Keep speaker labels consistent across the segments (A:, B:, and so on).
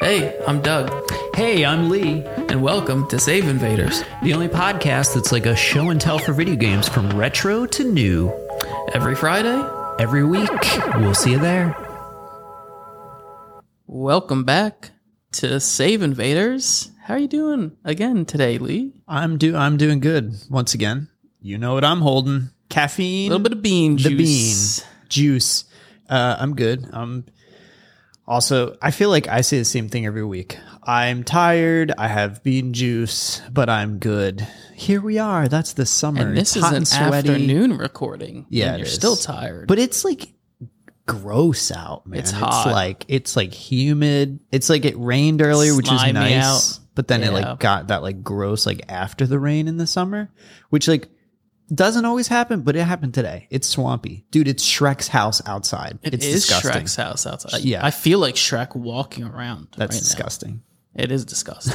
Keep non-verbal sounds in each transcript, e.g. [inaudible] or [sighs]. A: Hey, I'm Doug,
B: Hey, I'm Lee,
A: and welcome to Save Invaders.
B: the only podcast that's like a show and tell for video games from retro to new.
A: Every Friday,
B: Every week, we'll see you there.
A: welcome back to Save Invaders. How are you doing again today, Lee?
C: I'm do I'm doing good once again. You know what I'm holding? Caffeine,
A: A little bit of bean
C: the
A: juice.
C: bean juice. Uh, I'm good. I'm also. I feel like I say the same thing every week. I'm tired. I have bean juice, but I'm good. Here we are. That's the summer.
A: And this
C: It's hot
A: is
C: and
A: an
C: sweaty.
A: afternoon recording.
C: Yeah,
A: and
C: it
A: you're
C: is.
A: still tired.
C: but it's like gross out, man.
A: It's hot.
C: like it's like humid. It's like it rained earlier, which was
A: Slimy
C: nice,
A: out.
C: but then it
A: Yeah.
C: like got that like gross like after the rain in the summer, which like doesn't always happen, but it happened today. It's swampy, dude. It's Shrek's house outside.
A: it
C: it's
A: is
C: disgusting.
A: Shrek's house outside.
C: Yeah.
A: I feel like Shrek walking around. right
C: That's
A: now.
C: disgusting.
A: It is
C: [laughs]
A: disgusting.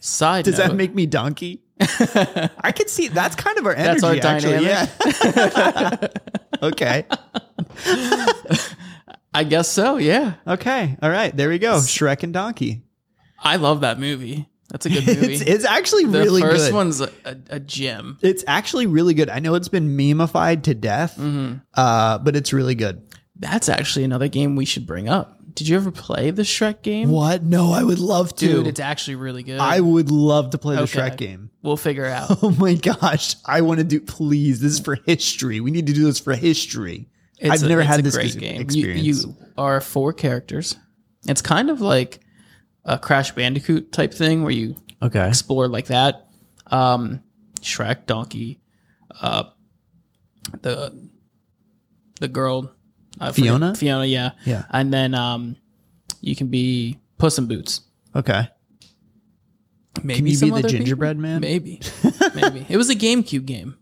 A: Side
C: Does
A: note,
C: that make
A: [laughs]
C: me donkey? I can see that's kind of our energy.
A: That's our
C: actually.
A: dynamic. [laughs]
C: Yeah. okay.
A: I guess so. Yeah,
C: Okay. All right. There we go. Shrek and donkey.
A: I love that movie. That's a good movie.
C: [laughs] It's, it's actually
A: the
C: really
A: first
C: good.
A: one's a, a, a gem.
C: It's actually really good. I know it's been memeified to death,
A: Mm-hmm.
C: uh, but it's really good.
A: That's actually another game we should bring up. Did you ever play the Shrek game?
C: What? No, I would love to.
A: Dude, it's actually really good.
C: I would love to play the
A: Okay.
C: Shrek game. [laughs]
A: we'll figure it out.
C: Oh my gosh, I want to do. Please, this is for history. We need to do this for history.
A: It's
C: I've
A: a-
C: never
A: it's
C: had
A: a
C: this
A: great
C: ex-
A: game. You-
C: experience.
A: You, are four characters. It's kind of like a Crash Bandicoot type thing where you
C: okay.
A: explore like that. Um, Shrek, Donkey, uh, the the girl I forget-
C: Fiona?
A: Fiona, yeah,
C: Yeah.
A: and then um, you can be Puss in Boots.
C: Okay.
A: Maybe
C: Can you
A: some
C: be the
A: other
C: gingerbread
A: people?
C: man?
A: Maybe, maybe it was a GameCube game.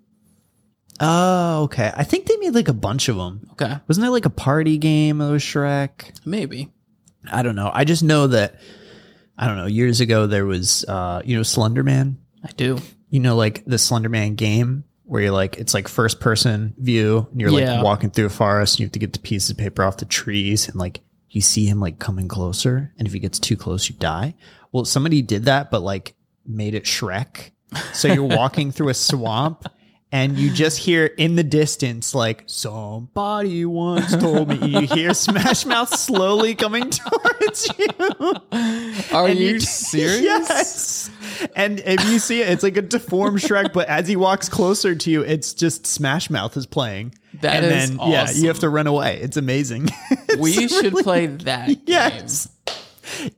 C: Oh, okay. I think they made like a bunch of them.
A: Okay,
C: Wasn't there like a party game of Shrek?
A: maybe.
C: I don't know. I just know that I don't know. Years ago, there was uh, you know Slender Man.
A: I do.
C: you know, like the Slender Man game where you're like, it's like first person view and you're
A: Yeah.
C: like walking through a forest and you have to get the pieces of paper off the trees and like you see him like coming closer. And if he gets too close, you die. Well, somebody did that, but like made it Shrek. So you're walking through a swamp and you just hear in the distance, like, somebody once told me. You hear Smash Mouth slowly coming [laughs] towards you.
A: Are
C: And
A: you [laughs]
C: [laughs] t-
A: serious?
C: Yes. And if you see it, it's like a deformed Shrek, but as he walks closer to you, it's just Smash Mouth is playing.
A: That
C: and
A: is
C: then yeah,
A: awesome.
C: you have to run away. It's amazing. [laughs] It's
A: We should
C: really-
A: play that. game.
C: [laughs] Yes.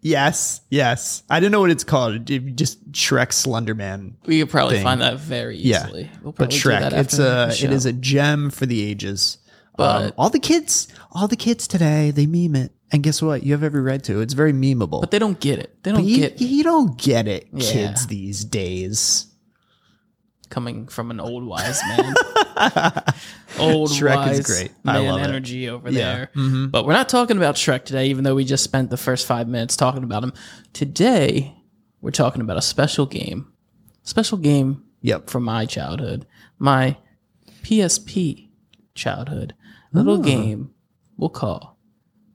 C: Yes. Yes. I don't know what it's called. It- Just Shrek Slenderman.
A: We could probably
C: Thing.
A: find that very
C: Yeah.
A: easily. We'll
C: But
A: probably do
C: Shrek,
A: that
C: it's
A: after the
C: a it
A: show.
C: is a gem for the ages. Um,
A: But-
C: all the kids, all the kids today, they meme it. And guess what? You have every right to. It's very memeable.
A: But they don't get it. They don't
C: you,
A: get
C: you don't get it,
A: Yeah.
C: kids these days.
A: coming from an old wise man.
C: [laughs]
A: old
C: Shrek
A: wise
C: is great.
A: man
C: I love it.
A: energy over
C: Yeah. Mm-hmm.
A: there. But we're not talking about Shrek today, even though we just spent the first five minutes talking about him. Today, we're talking about a special game, special game
C: Yep.
A: from my childhood, my PSP childhood, little game we'll call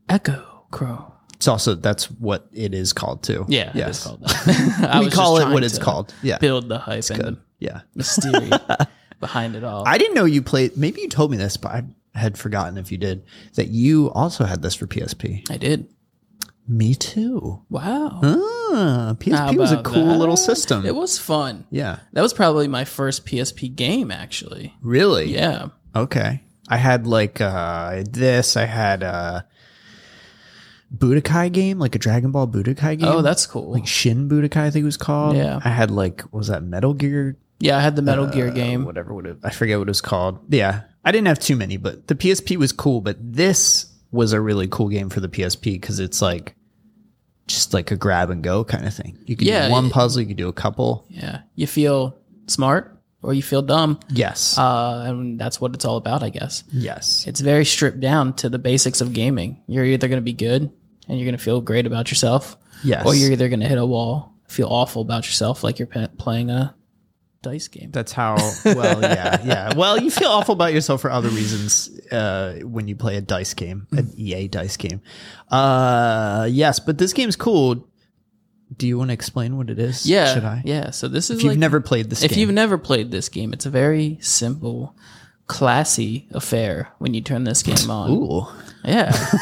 A: Echo Chrome.
C: It's also that's what it is called too.
A: Yeah, it is [laughs]
C: Yes.
A: called that. I
C: we
A: was
C: call
A: just
C: it what
A: trying
C: it's
A: to
C: called. Yeah.
A: Build the hype and the
C: Yeah.
A: mystery [laughs] behind it all.
C: I didn't know you played. Maybe you told me this, but I had forgotten if you did that you also had this for PSP.
A: I did.
C: Me too.
A: Wow.
C: Ah, PSP was a
A: about
C: cool
A: that?
C: little system.
A: It was fun.
C: yeah.
A: That was probably my first PSP game, actually.
C: Really?
A: Yeah.
C: Okay. I had like uh this. I had a Budokai game, like a Dragon Ball Budokai game.
A: Oh, that's cool.
C: like Shin Budokai, I think it was called.
A: Yeah.
C: I had like, was that Metal Gear
A: Yeah, I had the Metal Gear game.
C: whatever would have I forget what it was called. Yeah. I didn't have too many, but the PSP was cool, but this was a really cool game for the PSP cuz it's like just like a grab and go kind of thing. You can
A: Yeah,
C: do one
A: it-
C: puzzle, you can do a couple.
A: Yeah. You feel smart or you feel dumb.
C: Yes.
A: Uh, and that's what it's all about, I guess.
C: yes.
A: It's very stripped down to the basics of gaming. You're either going to be good and you're going to feel great about yourself,
C: Yes.
A: or you're either going to hit a wall, feel awful about yourself, like you're pe- playing a dice game.
C: That's how. Well, yeah, yeah. Well, you feel awful about yourself for other reasons uh, when you play a dice game, an EA dice game. Uh, yes, but this game's cool. Do you want to explain what it is?
A: yeah,
C: Should I?
A: yeah. So this is
C: If you've
A: like,
C: never played this
A: if
C: game,
A: you've never played this game, it's a very simple, classy affair when you turn this game on.
C: ooh,
A: Yeah.
C: [laughs]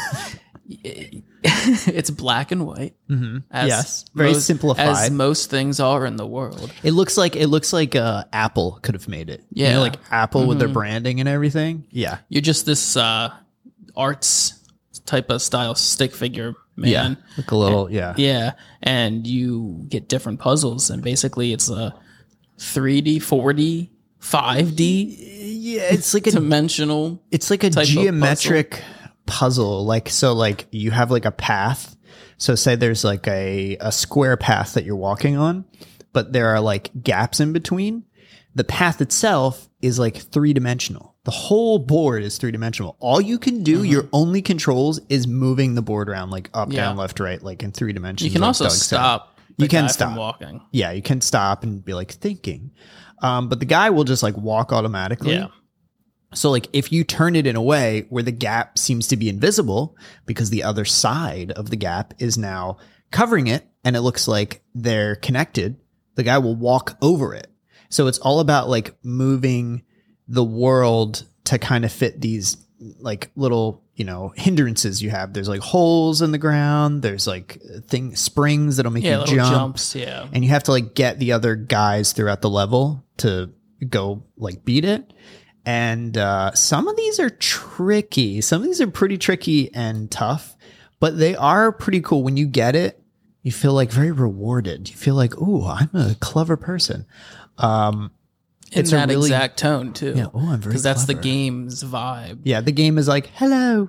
A: [laughs] it's black and white. Mm-hmm.
C: Yes. Very
A: As
C: simplified.
A: most things are in the world.
C: it looks like it looks like uh, Apple could have made it. You know,
A: Yeah.
C: like Apple with their branding and everything. Yeah,
A: You're just this uh, arts type of style stick figure man.
C: yeah. Like a little, yeah,
A: Yeah, and you get different puzzles, and basically it's a 3D, 4D, 5D
C: yeah. It's like a
A: dimensional.
C: it's like a
A: type of
C: geometric puzzle. like so like you have like a path so say there's like a, a square path that you're walking on but there are like gaps in between the path itself is like three-dimensional the whole board is three-dimensional all you can do your only controls is moving the board around like up
A: Mm-hmm. Yeah.
C: down left right like in three dimensions
A: You can
C: like
A: also
C: Doug said.
A: stop. the
C: You can
A: guy from
C: stop.
A: walking.
C: yeah you can stop and be like thinking um, but the guy will just like walk automatically
A: Yeah,
C: so like if you turn it in a way where the gap seems to be invisible because the other side of the gap is now covering it and it looks like they're connected, the guy will walk over it. So it's all about like moving the world to kind of fit these like little, you know, hindrances you have. There's like holes in the ground, there's like thing springs that'll make
A: yeah,
C: you
A: little
C: jump
A: jumps. Yeah,
C: and you have to like get the other guys throughout the level to go like beat it and uh, some of these are tricky some of these are pretty tricky and tough but they are pretty cool when you get it you feel like very rewarded you feel like oh i'm a clever person um
A: in
C: it's a
A: that
C: really-
A: exact tone too.
C: yeah oh i'm very
A: because that's the
C: clever."
A: game's vibe.
C: yeah the game is like hello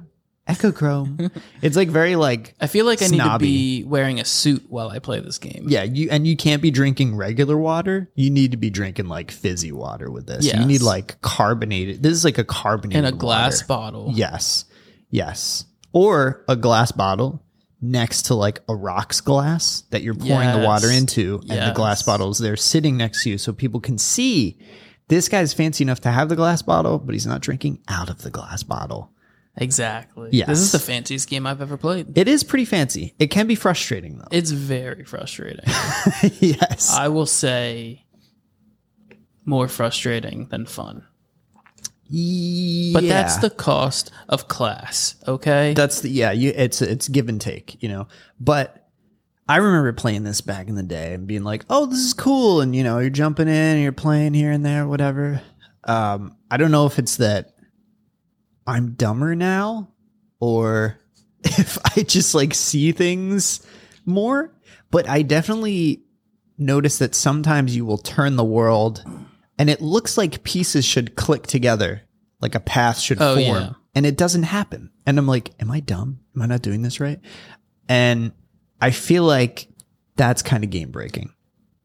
A: [laughs]
C: echo chrome it's like very like
A: I feel like I need to
C: Snobby.
A: be wearing a suit while I play this game.
C: Yeah, you and you can't be drinking regular water. You need to be drinking like fizzy water with this. You
A: Yes.
C: need like carbonated. This is like a carbonated
A: in a glass
C: water.
A: bottle.
C: Yes, yes, or a glass bottle next to like a rocks glass that you're pouring the water
A: Yes.
C: into, and the glass
A: Yes.
C: bottles they're sitting next to you, so people can see. This guy's fancy enough to have the glass bottle, but he's not drinking out of the glass bottle.
A: exactly.
C: Yes.
A: this is the fanciest game I've ever played.
C: It is pretty fancy. It can be frustrating though.
A: It's very frustrating.
C: [laughs] yes.
A: I will say more frustrating than fun. But that's
C: Yeah.
A: the cost of class, okay?
C: That's the yeah. You it's it's give and take, you know. But I remember playing this back in the day and being like, "Oh, this is cool," and you know, you're jumping in, and you're playing here and there, whatever. Um, I don't know if it's that I'm dumber now, or if [laughs] I just like see things more. But I definitely notice that sometimes you will turn the world, and it looks like pieces should click together, like a path should
A: Oh,
C: form,
A: yeah.
C: and it doesn't happen. And I'm like, am I dumb? Am I not doing this right? And I feel like that's kind of game breaking.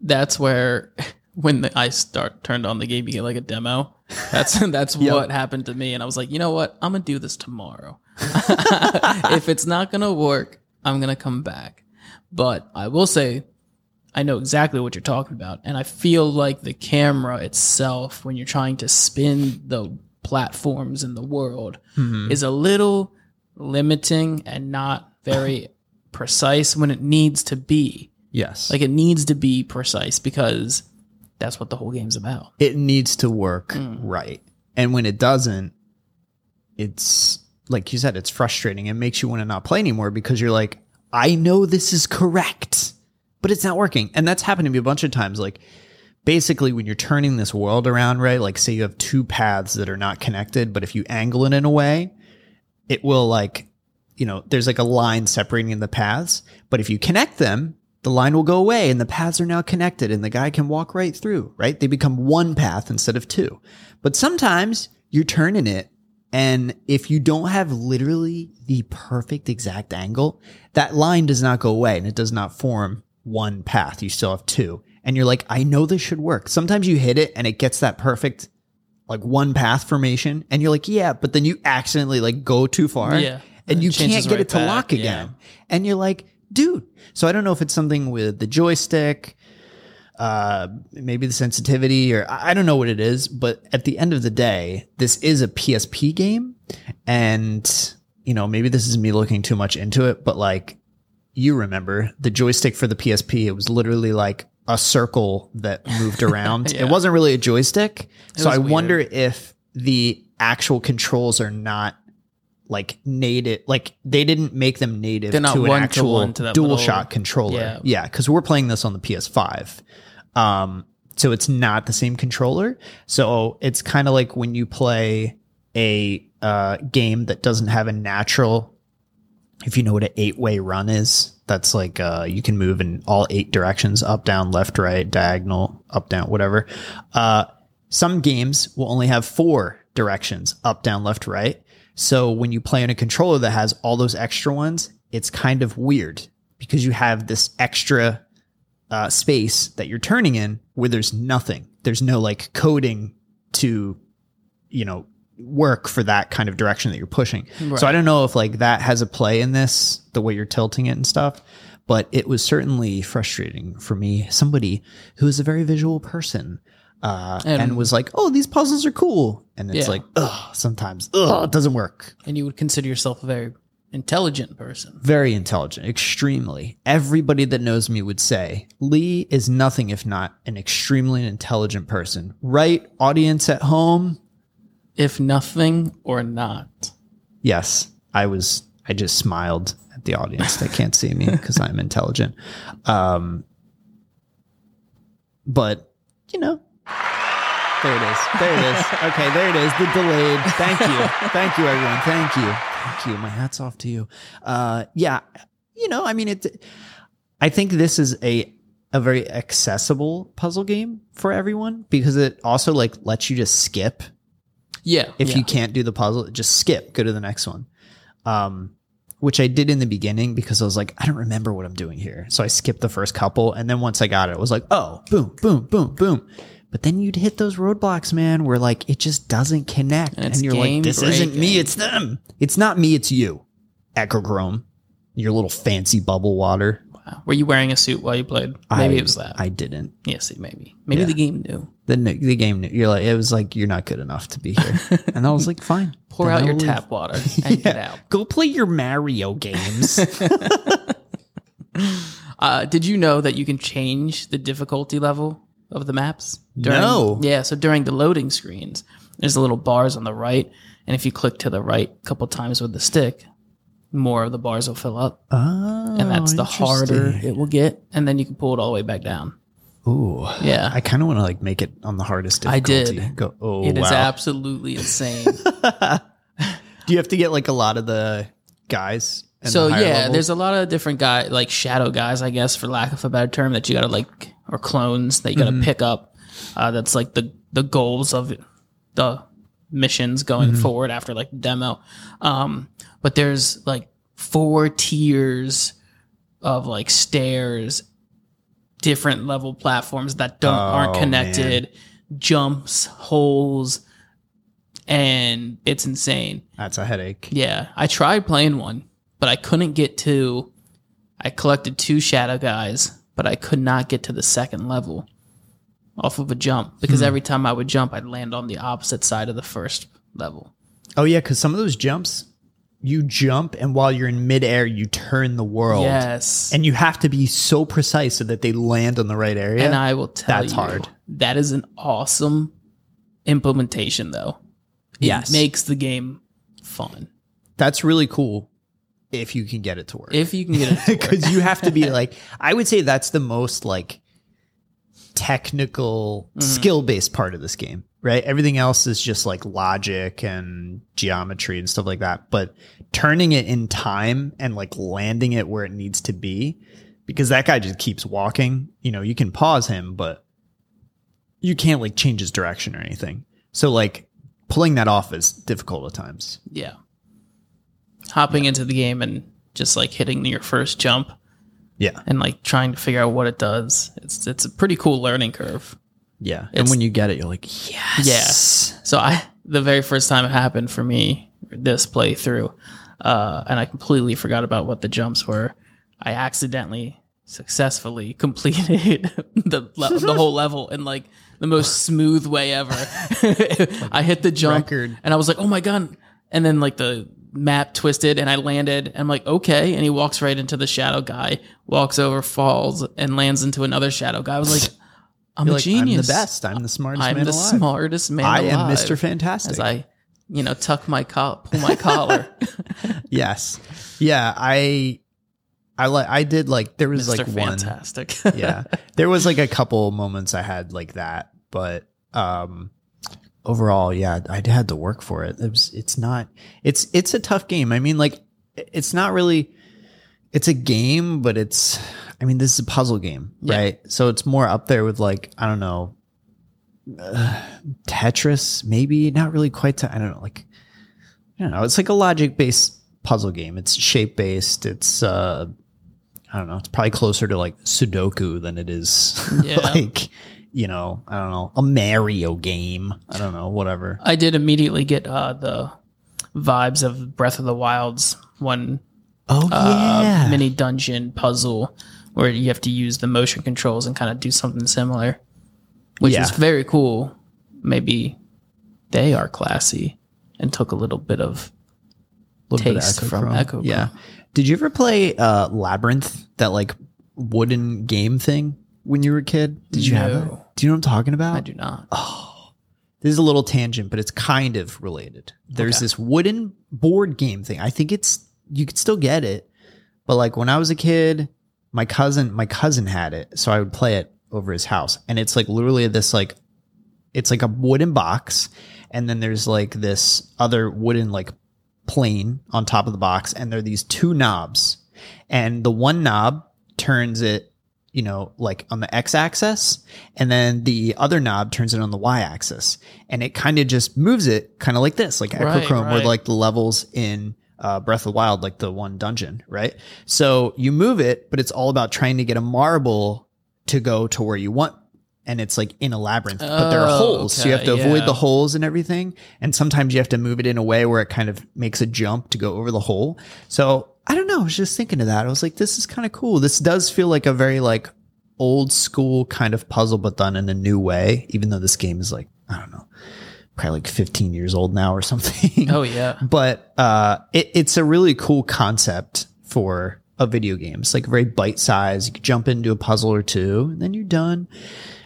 A: that's where [laughs] when the, I start turned on the game, you get like a demo. That's [laughs] that's what happened to me, and I was like, you know what? I'm gonna do this tomorrow. [laughs] if it's not gonna work, I'm gonna come back. But I will say, I know exactly what you're talking about, and I feel like the camera itself, when you're trying to spin the platforms in the world, is a little limiting and not very precise when it needs to be.
C: Yes,
A: Like it needs to be precise because that's what the whole game's about.
C: it needs to work right, and when it doesn't, it's like you said, it's frustrating. It makes you want to not play anymore because you're like, I know this is correct, but it's not working, and that's happened to me a bunch of times. Like. Basically, when you're turning this world around, right? Like, say you have two paths that are not connected, but if you angle it in a way, it will like you know there's like a line separating the paths but if you connect them the line will go away and the paths are now connected and the guy can walk right through right they become one path instead of two but sometimes you're turning it and if you don't have literally the perfect exact angle that line does not go away and it does not form one path you still have two and you're like i know this should work sometimes you hit it and it gets that perfect like one path formation and you're like yeah but then you accidentally like go too far
A: Yeah.
C: and you
A: It changes
C: can't get
A: right
C: it to
A: back,
C: lock
A: yeah.
C: again and you're like dude so i don't know if it's something with the joystick uh, maybe the sensitivity, or I I don't know what it is. But at the end of the day, this is a PSP game, and you know maybe this is me looking too much into it, but like you remember the joystick for the PSP, it was literally like a circle that
A: [laughs]
C: moved around.
A: Yeah.
C: It wasn't really a joystick, so
A: was
C: I
A: weird.
C: wonder if the actual controls are not like native like they didn't make them native
A: They're not
C: to an
A: one to
C: actual
A: one to that
C: dual
A: little-
C: shock controller
A: Yeah.
C: yeah because we're playing this on the ps5 um so it's not the same controller so it's kind of like when you play a uh game that doesn't have a natural if you know what an eight way run is that's like uh you can move in all eight directions up down left right diagonal up down whatever uh some games will only have four directions up, down, left, right. So when you play on a controller that has all those extra ones, it's kind of weird because you have this extra uh, space that you're turning in where there's nothing. There's no like coding to, you know, work for that kind of direction that you're pushing. So I don't know if like that has a play in this, the way you're tilting it and stuff, but it was certainly frustrating for me, somebody who is a very visual person. Uh, and,
A: And-
C: was like, "Oh, these puzzles are cool," and it's
A: Yeah.
C: like, "Ugh," sometimes, "Ugh," it doesn't work.
A: and you would consider yourself a very intelligent person.
C: Very intelligent, extremely. Everybody that knows me would say Lee is nothing if not an extremely intelligent person. Right, audience at home.
A: If nothing or not.
C: Yes, I was. I just smiled at the audience. They can't see me because I'm intelligent. Um, but you know, there it is. There it is. Okay, there it is. The delayed. Thank you. Thank you, everyone. Thank you. Thank you. My hat's off to you. Uh, yeah, you know, I mean, it. I think this is a a very accessible puzzle game for everyone because it also like lets you just skip
A: Yeah.
C: if
A: yeah.
C: you can't do the puzzle, just skip, go to the next one. Um, which I did in the beginning because I was like, I don't remember what I'm doing here. So I skipped the first couple. And then once I got it, it was like, oh, boom, boom, boom, boom. But then you'd hit those roadblocks, man, where like it just doesn't connect. And,
A: it's
C: you're like, this isn't me,
A: game-breaking.
C: it's them. It's not me, it's you. Echochrome, your little fancy bubble water.
A: Were you wearing a suit while you played? Maybe
C: I-
A: it was that.
C: I didn't.
A: yeah, see, maybe. Maybe
C: Yeah.
A: the game knew.
C: The, the game, knew- you're like, it was like, you're not good enough to
A: [laughs]
C: be here. and I was like, fine.
A: Pour
C: Then
A: out
C: I'll
A: your
C: leave.
A: tap water
C: [laughs]
A: and get out.
C: Go play your Mario [laughs] games.
A: Uh, did you know that you can change the difficulty level of the maps? During,
C: No.
A: Yeah, so during the loading screens, there's the little bars on the right, and if you click to the right a couple times with the stick, more of the bars will fill up,
C: oh,
A: and that's the harder
C: interesting.
A: it will get, and then you can pull it all the way back [sighs] down.
C: Ooh,
A: Yeah.
C: I kind of want to like make it on the hardest.
A: I did.
C: Difficulty. Go. Oh,
A: It is
C: wow.
A: absolutely insane.
C: Do you have to get like a lot of the guys? and
A: so
C: the higher
A: yeah,
C: levels?
A: there's a lot of different guy like shadow guys, I guess, for lack of a better term, that you gotta like or clones that you
C: Mm-hmm.
A: gotta pick up. Uh, that's like the the goals of the missions going
C: Mm-hmm.
A: forward after like demo. Um, but there's like four tiers of like stairs, different level platforms that don't aren't
C: Oh,
A: connected, jumps, holes, and it's insane.
C: that's a headache.
A: Yeah, I tried playing one, but I couldn't get to. I collected two shadow guys, but I could not get to the second level off of a jump
C: Hmm.
A: because every time I would jump, I'd land on the opposite side of the first level.
C: Oh yeah, because some of those jumps, you jump and while you're in midair, you turn the world.
A: Yes. And,
C: And you have to be so precise so that they land on the right area.
A: I will tell
C: That's
A: you,
C: hard.
A: that is an awesome implementation, though. It
C: Yes.
A: makes the game fun
C: that's really cool if you can get it to work.
A: if you can get
C: [laughs]
A: it. to work.
C: because you have to be like i would say that's the most like technical skill based part of this game right everything else is just like logic and geometry and stuff like that but turning it in time and like landing it where it needs to be because that guy just keeps walking you know you can pause him but you can't like change his direction or anything so like pulling that off is difficult at times
A: Yeah. Hopping into the game and just like hitting your first jump
C: yeah
A: and like trying to figure out what it does. It's it's a pretty cool learning curve.
C: yeah and when you get it you're like yes
A: Yeah. So I the very first time it happened for me this playthrough, uh, and I completely forgot about what the jumps were. I accidentally successfully [laughs] completed the le- the whole level in like the most smooth way ever. [laughs] I hit the jump
C: record.
A: and I was like, "Oh my god!" And then like the map twisted and I landed. And I'm like, "Okay." And he walks right into the shadow guy, walks over, falls, and lands into another shadow guy. I was like, "I'm
C: You're
A: a
C: like, I'm
A: genius.
C: the best. I'm the smartest
A: I'm
C: man
A: the
C: alive.
A: smartest man.
C: I am
A: alive."
C: Mr.
A: [laughs]
C: Fantastic.
A: As I, you know, tuck my col- pull my
C: [laughs]
A: collar.
C: yes. Yeah, I I like I did like there was
A: Mr.
C: like one
A: fantastic.
C: yeah. There was like a couple moments I had like that, but um overall, yeah, I had to work for it. It was it's not it's it's a tough game. I mean, like it's not really it's a game, but it's I mean, this is a puzzle game,
A: Yeah.
C: right? So it's more up there with like, I don't know, uh, Tetris, maybe not really quite. Te- I don't know, like I don't know. It's like a logic based puzzle game. It's shape based. It's uh, I don't know. It's probably closer to like Sudoku than it is [laughs]
A: Yeah.
C: like you know. I don't know a Mario game. I don't know. Whatever.
A: [laughs] I did immediately get uh, the vibes of Breath of the Wild's one
C: Oh
A: uh,
C: yeah.
A: mini dungeon puzzle where you have to use the motion controls and kind of do something similar, which
C: Yeah.
A: is very cool. Maybe they are classy and took a little bit of
C: Little bit of
A: taste
C: Echo
A: from
C: Chrome.
A: Echo Chrome.
C: Yeah. Did you ever play uh, Labyrinth? That like wooden game thing when you were a kid? Did you have it?
A: No.
C: Do you know what I'm talking about?
A: I do not.
C: um, this is a little tangent, but it's kind of related. There's this wooden board game thing. I think it's you could still get it, but like when I was a kid, my cousin my cousin had it, so I would play it over his house, and it's like literally this like it's like a wooden box, and then there's like this other wooden like plane on top of the box, and there are these two knobs, and the one knob turns it you know, like on the x axis, and then the other knob turns it on the y axis, and it kind of just moves it kind of like this, like
A: Right,
C: Echochrome, where
A: right.
C: like the levels in uh, Breath of the Wild, like the one dungeon, right? So you move it, but it's all about trying to get a marble to go to where you want. And it's like in a labyrinth, but there are
A: Oh,
C: holes. so you have
A: okay,
C: to avoid
A: yeah.
C: the holes and everything. And sometimes you have to move it in a way where it kind of makes a jump to go over the hole. So I don't know. I was just thinking of that. I was like, this is kind of cool. This does feel like a very like old school kind of puzzle, but done in a new way, even though this game is like, I don't know, probably like 15 years old now or [laughs] something.
A: Oh, yeah.
C: But uh, it, it's a really cool concept for a video game. It's like very bite sized. You could jump into a puzzle or two, and then you're done.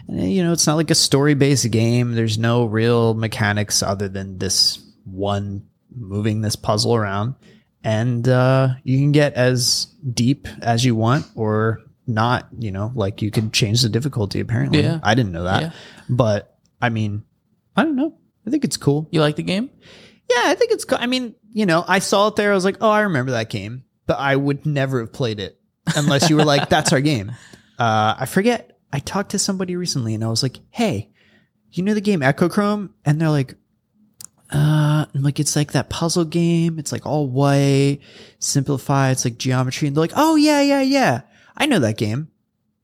C: And uh, you know, it's not like a story based game. There's no real mechanics other than this one moving this puzzle around. And uh, you can get as deep as you want or not, you know, like you could change the difficulty apparently.
A: Yeah.
C: I didn't know that.
A: Yeah.
C: But I mean, I don't know. I think it's cool.
A: You like the game?
C: Yeah, I think it's. co- I mean, you know, I saw it there. I was like, oh, I remember that game, but I would never have played it unless you were like, that's our game. Uh, I forget. I talked to somebody recently, and I was like, hey, you know the game Echochrome? And they're like, uh, I'm like, it's like that puzzle game. It's like all white, simplified. It's like geometry, and they're like, oh yeah, yeah, yeah. I know that game.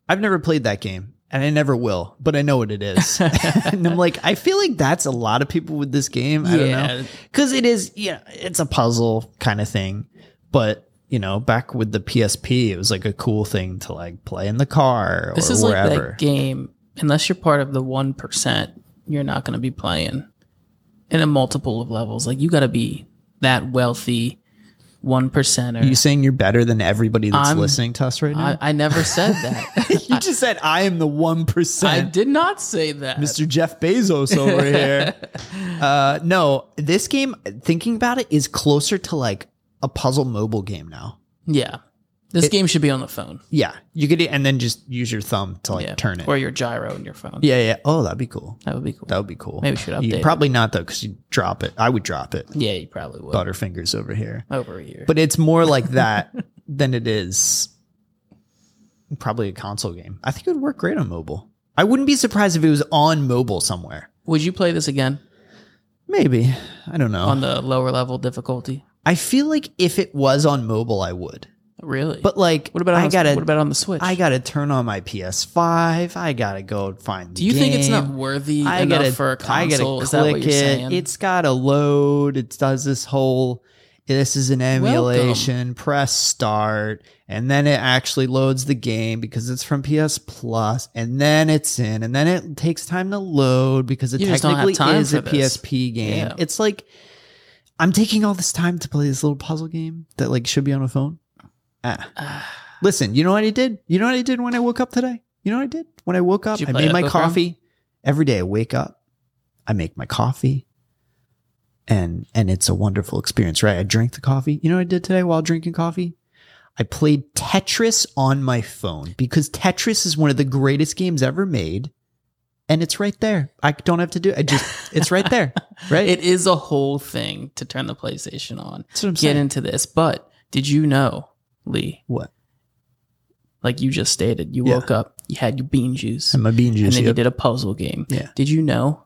C: I've never played that game and I never will, but I know what it is. [laughs] and I'm like, I feel like that's a lot of people with this game. I don't know.
A: Yeah.
C: Cause it is, yeah, it's a puzzle kind of thing. But, you know, back with the PSP, it was like a cool thing to like play in the car or
A: This is
C: wherever.
A: like that game. Unless you're part of the one percent, you're not going to be playing in a multiple of levels. Like you got to be that wealthy one percenter.
C: you saying you're better than everybody that's listening to us right now?
A: I, I never said that. [laughs]
C: [laughs] you just said I am the one
A: I
C: [laughs] percent.
A: did not say that.
C: Mr. Jeff
A: [laughs]
C: Bezos over here. Uh, no, this game, thinking about it, is closer to like a puzzle mobile game now.
A: Yeah, this game should be on the phone.
C: Yeah, you could, and then just use your thumb to like
A: Yeah,
C: turn it.
A: or your gyro in your phone.
C: yeah, yeah. Oh, that'd be cool.
A: that would be cool.
C: That would be cool.
A: Maybe we should
C: You-
A: update it.
C: probably not though, because you drop it. I would drop it.
A: yeah, you probably would.
C: Butterfingers over here,
A: Over here,
C: but it's more like
A: [laughs]
C: that than it is probably a console game. I think it would work great on mobile. I wouldn't be surprised if it was on mobile somewhere.
A: would you play this again
C: Maybe I don't know.
A: on
C: [sighs]
A: the lower level difficulty?
C: I feel like if it was on mobile, I would.
A: Really?
C: But like,
A: what about on,
C: I gotta,
A: what about on the Switch?
C: I gotta turn on my PS5. I gotta go find.
A: Do you think it's not worthy
C: I
A: enough
C: gotta,
A: for a
C: I
A: console?
C: gotta
A: Is that what
C: click
A: you're
C: it.
A: saying?
C: It's gotta load. It does this whole. this is an emulation, press start, and then it actually loads the game because it's from PS Plus, and then it's in, and then it takes time to load because it
A: You just don't have
C: technically
A: time
C: is
A: for
C: a
A: this.
C: PSP game.
A: Yeah.
C: It's like I'm taking all this time to play this little puzzle game that like should be on a phone. Ah. Listen, you know what I did? You know what I did when I woke up today? You know what I did? When I woke up,
A: Did you
C: I
A: play
C: made my
A: Echo Chrome?
C: coffee. Every day I wake up, I make my coffee. And and it's a wonderful experience, right? I drink the coffee. You know what I did today while drinking coffee? I played Tetris on my phone because Tetris is one of the greatest games ever made. And it's right there. I don't have to do it. I just it's right
A: [laughs]
C: there.
A: [sighs]
C: Right?
A: It is a whole thing to turn the PlayStation on.
C: That's what I'm
A: Get
C: saying.
A: into this. But did you know, Lee,
C: What?
A: like you just stated, you
C: Yeah.
A: woke up, you had your bean juice,
C: And my bean
A: and
C: juice.
A: then you
C: yep.
A: did a puzzle game.
C: Yeah.
A: Did you know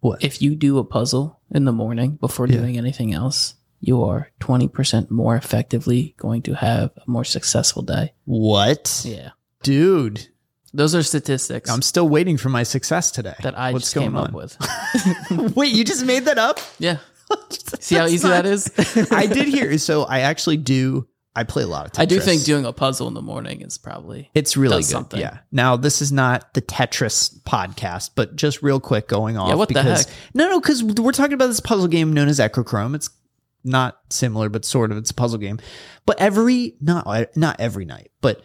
C: What?
A: if you do a puzzle in the morning before
C: Yeah.
A: doing anything else, you are 20% more effectively going to have a more successful day?
C: What?
A: Yeah.
C: Dude,
A: Those are statistics
C: I'm still waiting for my success today.
A: that I
C: What's
A: just
C: going
A: came
C: on?
A: up with. [laughs]
C: [laughs] Wait, you just made that up?
A: Yeah. See how
C: That's
A: easy
C: not-
A: that is?
C: [laughs] I did hear. So I actually do. I play a lot of
A: [laughs]
C: Tetris.
A: I do think doing a puzzle in the morning is probably
C: it's really good.
A: does something.
C: Yeah. Now this is not the Tetris podcast, but just real quick going off.
A: what the
C: because,
A: heck?
C: No, no, because we're talking about this puzzle game known as Echochrome. It's not similar, but sort of. It's a puzzle game. But every not not every night, but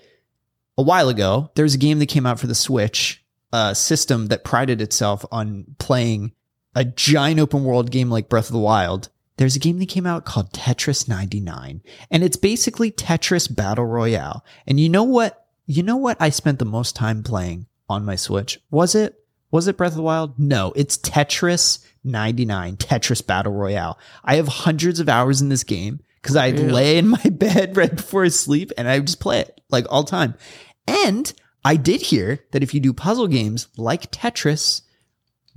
C: a while ago, there was a game that came out for the Switch, a system that prided itself on playing a giant open world game like Breath of the Wild. There's a game that came out called Tetris 99, and it's basically Tetris Battle Royale. And you know what? You know what I spent the most time playing on my Switch? Was it was it Breath of the Wild? No, it's Tetris 99, Tetris Battle Royale. I have hundreds of hours in this game because I
A: Really?
C: lay in my [laughs] bed right before I sleep and I just play it like all time. And I did hear that if you do puzzle games like Tetris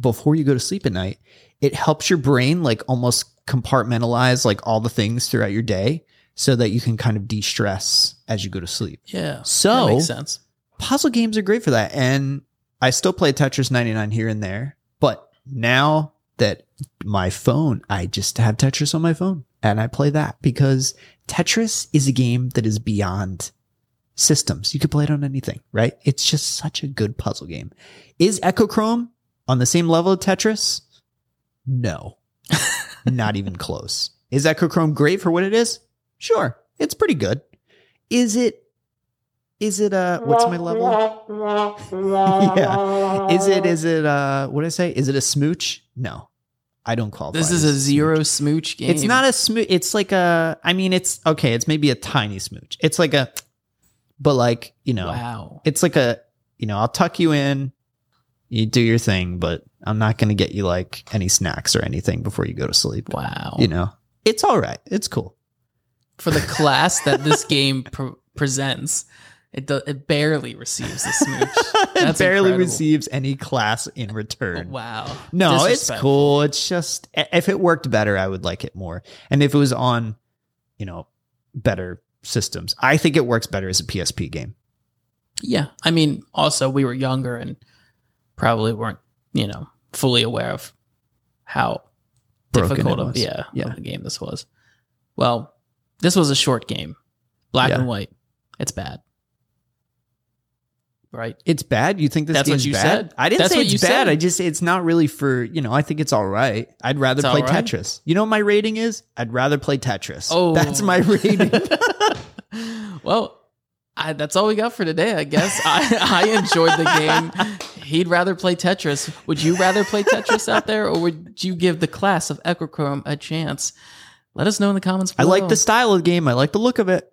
C: before you go to sleep at night, it helps your brain like almost compartmentalize like all the things throughout your day so that you can kind of de-stress as you go to sleep.
A: yeah.
C: So-
A: that makes sense.
C: Puzzle games are great for that and I still play Tetris 99 here and there, but now that my phone, I just have Tetris on my phone and I play that because Tetris is a game that is beyond systems. You could play it on anything, right? It's just such a good puzzle game. Is Echochrome on the same level of Tetris?
A: [laughs]
C: No, not even close. Is Echochrome great for what it is? Sure, it's pretty good. Is it? Is it uh? What's my level? [laughs] yeah. Is it? Is it uh? What did I say? Is it a smooch? No, I don't qualify.
A: This is
C: as
A: a zero smooch game.
C: it's not a smooch. It's like a. I mean, it's okay. It's maybe a tiny smooch. It's like a, but like you know,
A: Wow.
C: it's like a. You know, I'll tuck you in. You do your thing, but I'm not going to get you like any snacks or anything before you go to sleep.
A: Wow.
C: You know, it's all right. It's cool.
A: For the class
C: [laughs]
A: that this game pr- presents, it do- it barely receives a
C: [laughs]
A: smooch. Oh,
C: it
A: That's
C: barely
A: incredible.
C: receives any class in return.
A: Wow.
C: No, it's
A: Disrespect.
C: cool. It's just if it worked better, I would like it more. And if it was on, you know, better systems, I think it works better as a PSP game.
A: Yeah. I mean, also we were younger and probably weren't, you know, fully aware of how
C: Broken
A: difficult
C: it
A: of
C: was.
A: yeah,
C: Yeah.
A: of the game this was. Well, this was a short game. Black
C: Yeah.
A: and white. It's bad. Right?
C: It's bad. You think this
A: That's what
C: game's
A: you
C: bad?
A: said.
C: I didn't
A: That's
C: say
A: what
C: it's
A: you
C: bad.
A: said.
C: I just it's not really for you know. I think it's all right. I'd rather
A: It's
C: play
A: all right?
C: Tetris. You know what my rating is? I'd rather play Tetris.
A: Oh.
C: that's my rating.
A: [laughs]
C: [laughs]
A: well, I, that's all we got for today, I guess. I, I enjoyed the game. He'd rather play Tetris. Would you rather play Tetris out there, or would you give the class of Echochrome a chance? Let us know in the comments
C: I
A: below.
C: like the style of the game. I like the look of it.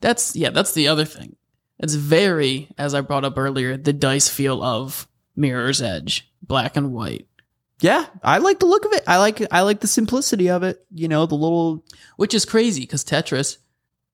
A: That's yeah. That's the other thing. It's very, as I brought up earlier, the dice feel of Mirror's Edge, black and white,
C: Yeah, I like the look of it. I like I like the simplicity of it. You know, the little
A: which is crazy because Tetris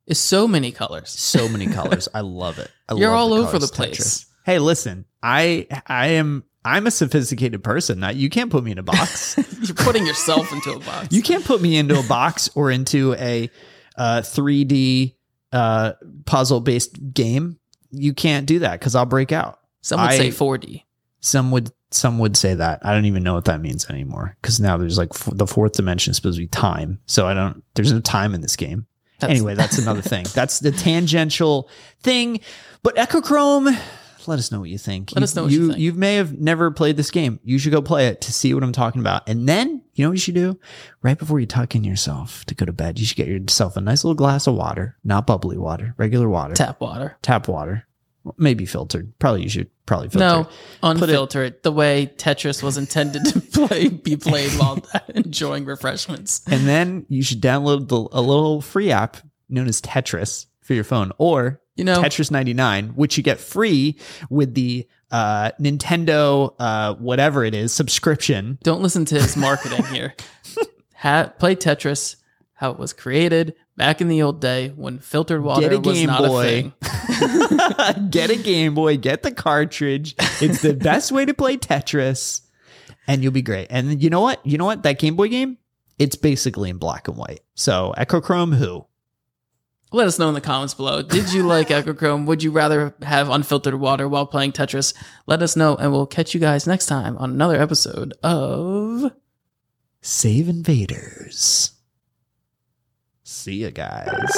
A: is so many colors. [laughs]
C: so many colors. I love it. I
A: You're
C: love
A: all over
C: colors
A: the
C: of
A: place.
C: Tetris. Hey, listen, I I am I'm a sophisticated person. I, you can't put me in a
A: [laughs]
C: box.
A: You're putting yourself into a box.
C: [laughs] you can't put me into a box or into a uh, 3D uh, puzzle based game. You can't do that because I'll break out.
A: Some would
C: I-
A: say 4D.
C: Some would Some would say that. I don't even know what that means anymore because now there's like f- the fourth dimension is supposed to be time. So I don't, there's no time in this game.
A: That's-
C: anyway,
A: [laughs]
C: that's another thing. That's the tangential thing. But Echochrome, let us know what you think.
A: Let us know what you think.
C: You may have never played this game. You should go play it to see what I'm talking about. And then, you know what you should do? Right before you tuck in yourself to go to bed, you should get yourself a nice little glass of water, not bubbly water, regular water,
A: Tap water.
C: tap water, maybe filtered. Probably you should probably filter.
A: No, unfilter it, the way Tetris was intended to [laughs] play be played while [laughs] enjoying refreshments.
C: And then you should download the, a little free app known as Tetris for your phone or
A: You know,
C: Tetris 99, which you get free with the uh, Nintendo, uh, whatever it is, subscription. [laughs]
A: don't listen to his marketing here. Ha- play Tetris, how it was created back in the old day when filtered water
C: Get a
A: was
C: Game
A: not
C: Boy.
A: a thing.
C: get a Game Boy, get the cartridge. It's the best way to play Tetris, and you'll be great. And you know what? You know what? That Game Boy game, it's basically in black and white. So, Echochrome, who?
A: Let us know in the comments below. Did you like Echochrome? Would you rather have unfiltered water while playing Tetris? Let us know, and we'll catch you guys next time on another episode of.
C: Save Invaders. See ya, guys.